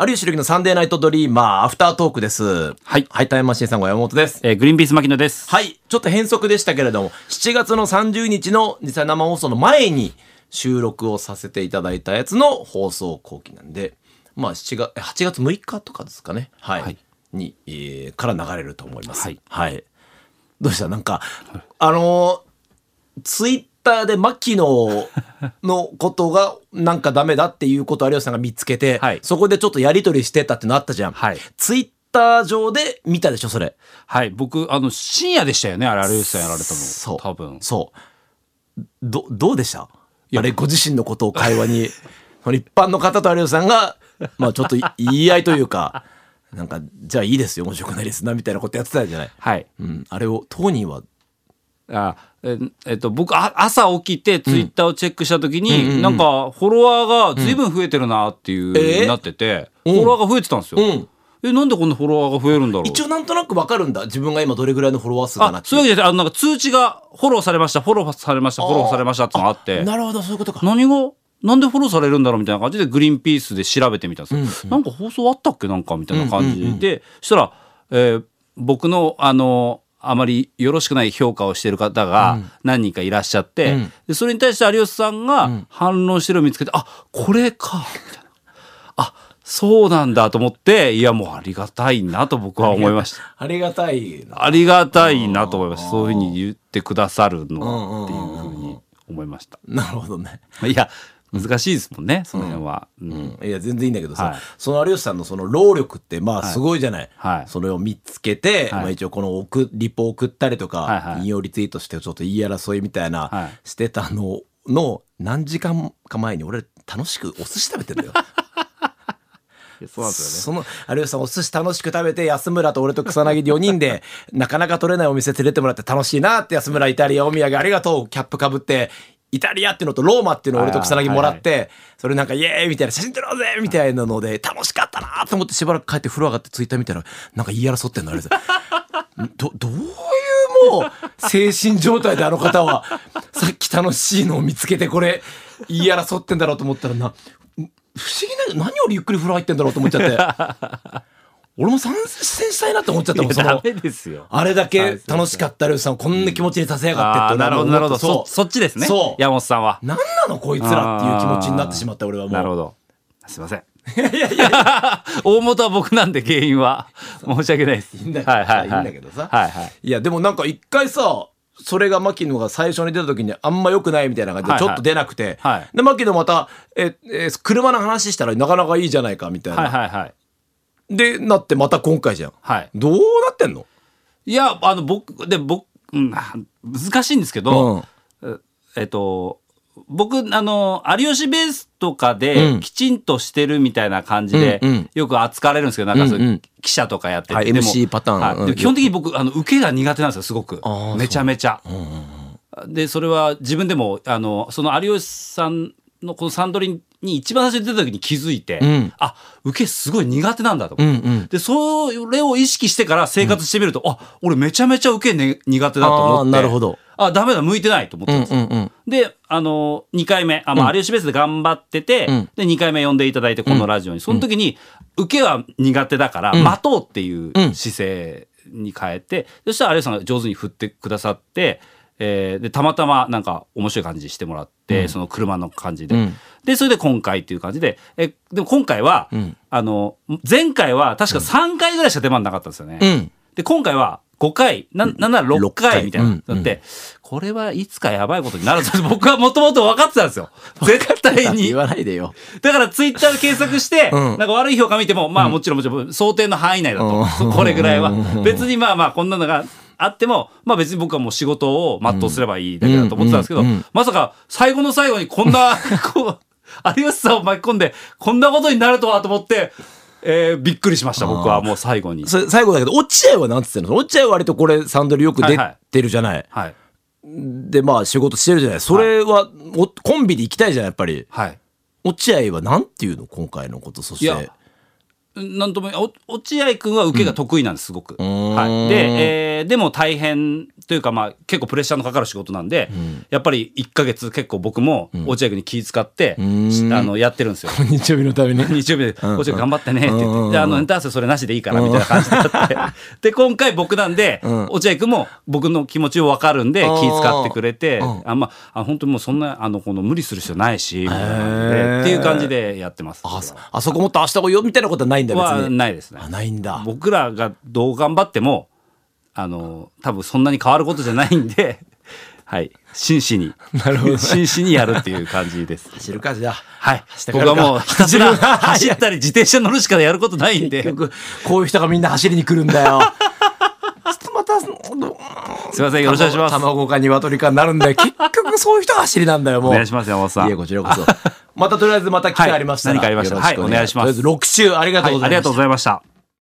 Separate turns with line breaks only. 有吉弘樹のサンデーナイトドリーマー、アフタートークです。
はい
ハイタイムマシーンさんご山本です。
えーグリーンピース牧野です。
はい。ちょっと変則でしたけれども、7月の30日の実際生放送の前に収録をさせていただいたやつの放送後期なんで、まあ7月、え8月6日とかですかね。はい。
はい
に、えーから流れると思います。
はい
どうしたなんか、あのーツイッターで牧野のことがなんかダメだっていうことを有吉さんが見つけて、
はい
そこでちょっとやりとりしてたってのあったじゃん。
はい
ツイッター上で見たでしょ、それ。
はい、僕、あの、深夜でしたよね、あれ、有吉さんやられたの。
そう
多分。
そうどどうでしたあれご自身のことを会話に その一般の方と有吉さんが、まあ、ちょっと言い 合いというかなんかじゃあいいですよ面白くないですなみたいなことやってたじゃない、
はい。
うん、あれを当人は
あえーえっと、僕あ朝起きてツイッターをチェックした時に、なんかフォロワーが随分増えてるなっていう、
えー
なってて、フォロワーが増えてたんですよ、
ん
えなんでこんなフォロワーが増えるんだろう
一応なんとなくわかるんだ自分が今どれぐらいのフォロワー数かな
あ
って
そういうわけじゃなくてあのなんか通知がフォローされましたフォローされましたフォローされましたってのがあって
なるほどそういうことか
何がなんでフォローされるんだろうみたいな感じでグリーンピースで調べてみたんですよ、なんか放送あったっけなんかみたいな感じで、そしたら、えー僕のあのあまりよろしくない評価をしてる方が何人かいらっしゃって、でそれに対して有吉さんが反論してるのを見つけて、あこれかみたいなあそうなんだと思っていやもうありがたいなと僕は思いました
ありがたいな
ありがたいなと思いましたそういうふうに言ってくださるのはっていうふうに思いました。
なるほどね
いや、難しいですもんね、その辺は。うん
うんいや全然いいんだけどさ、
はい
その有吉さんのその労力ってまあすごいじゃない、
はい
それを見つけて、
はい
まあ、一応この送リポ送ったりとか、
はいはい
引用リツイートしてちょっと言い争いみたいな、
はい
してたのの何時間か前に俺楽しくお寿司食べてんだよ。
そうなんですよね。
その有吉さんお寿司楽しく食べて安村と俺と草薙で4人 でなかなか取れないお店連れてもらって楽しいなって安村イタリアお土産ありがとうキャップかぶってイタリアっていうのとローマっていうのを俺と草薙もらって、それなんかイエーイみたいな写真撮ろうぜみたいなので楽しかったなと思ってしばらく帰って風呂上がってツイッター見たらなんか言い争ってんのあれです どどういうもう精神状態であの方はさっき楽しいのを見つけてこれ言い争ってんだろうと思ったらな不思議な何よりゆっくり風呂入ってんだろうと思っちゃって 俺も参戦したいなって思っちゃったもんそ
ダ
の
メですよ。
あれだけ楽しかったルーさんをこんな気持ちにさせやがっ
あ
て
ー
って
なるほど、なるほど。
そ
そうそっちですね。
そう
山本さんは。
何なのこいつらっていう気持ちになってしまった俺はもう
なるほど。すいません。 大元は僕なんで原因 は申し訳ないです。い
いいんだけどさ、
はいはいい
い
はい。
んだけどさ、
はいはい。
やでもなんか一回さそれが牧野が最初に出た時にあんま良くないみたいな感じで
はい
ち
は
ょ
い
っと出なくて、
はい
で牧野またええ車の話したらなかなかいいじゃないかみたいな、
はいはいはい。
でなってまた今回じゃん、
はい。
どうなってんの
いや、あの、僕、で、僕、うん難しいんですけ
うん
ど、ええっと、僕、あの、有吉ベースとか
う
で
ん、
きちんとしてるみたいな感じで
うんうん、
よく扱われるんですけど、なんかそう
うんう
い
ん
う記者とかやって
はい
て。でも
MC パターン
はい
うん
でも基本的に僕、あの、受けが苦手なんですよ、すごく
ああ。
めちゃめちゃ。で、それは自分でも、あの、その有吉さんのこのサンドリに一番最初に出た時に気づいて
ん、
あ、受けすごい苦手なんだと思って。
うん
で、それを意識してから生活してみると、あ、俺めちゃめちゃ受け、ね、苦手だと思って。
あーなるほど。
あ、ダメだ、向いてないと思ってます。
うんうん
で、あのー、2回目、あ、まあ、有吉ベースで頑張ってて、
ん
で、2回目呼んでいただいて、このラジオに。その時に、受けは苦手だから、待とうっていう姿勢に変えて、そしたら有吉さんが上手に振ってくださって、えーで、たまたまなんか面白い感じにしてもらって、その車の感じで。
ん
で、それで今回っていう感じで、え、でも今回は、
ん
あの、前回は確か3回ぐらいしか出番なかったんですよね。
うん
で、今回は5回、な、なんなら6回みたい
うん
な。だって、これはいつかやばいことになるぞ って僕はもともと分かってた んですよ。絶対に
言。わないでよ。
だからツイッターで検索して、
うん
なんか悪い評価見ても、まあもちろんもちろん想定の範囲内だと。
うん
これぐらいは。別にまあまあこんなのがあっても、まあ別に僕はもう仕事を全うすればいいだけだと思ってたんですけど、
うんうんうん
まさか最後の最後にこん な、こう、有吉さんを巻き込んで、こんなことになるとはと思って、えーびっくりしました、僕はもう最後に。
それ最後だけど、落合はなんつってんの落合は割とこれ、サンドリよく出
はいはい
てるじゃない。
はい。
で、まあ仕事してるじゃない。それは、おコンビで行きたいじゃん、やっぱり。
はい。
落合はなんていうの今回のこと、そし
いや
て。
なんともお落合君は受けが得意なんです、すごく。
ん
はい、で、えーでも大変というか、まあ、結構プレッシャーのかかる仕事なんで、やっぱり1か月結構僕も落合君に気遣って、しあのやってるんですよ。
日曜日のために。
日曜日で、こっち頑張ってねって言って、
うんうん
であの、インターン生それなしでいいから、みたいな感じになって。 で、今回僕なんで、落合くんも僕の気持ちを分かるんで、
ん
気遣ってくれて、あんま、あ本当にもうそんな、あの、この無理する必要ないし、みたいなので
へー
っていう感じでやってます。
あそあそこもっと明日来いよみたいなことはないんだ
は
別に。
ないですね
あ。ないんだ。
僕らがどう頑張っても、あの、多分そんなに変わることじゃないんで、 はい、真摯に、
なるほどね
真摯にやるっていう感じです。
走るかじゃあ。
はい
走。って帰
僕
るか
はもうひ たすら
走る
走ったり自転車乗るしかやることないんで。
結局こういう人がみんな走りに来るんだよ。ちょっとまた
すいません、よろしくお願いします。
卵か鶏かになるんだよ。結局そういう人が走りなんだよもう。
お願いします、山本さん。
いえこちらこそ。またとりあえずまた機会ありましたら、
はい何かありましたら
よろく
はいお願いしま
と
す
りあえず六週ありがとうございました。
はいありがとうございました。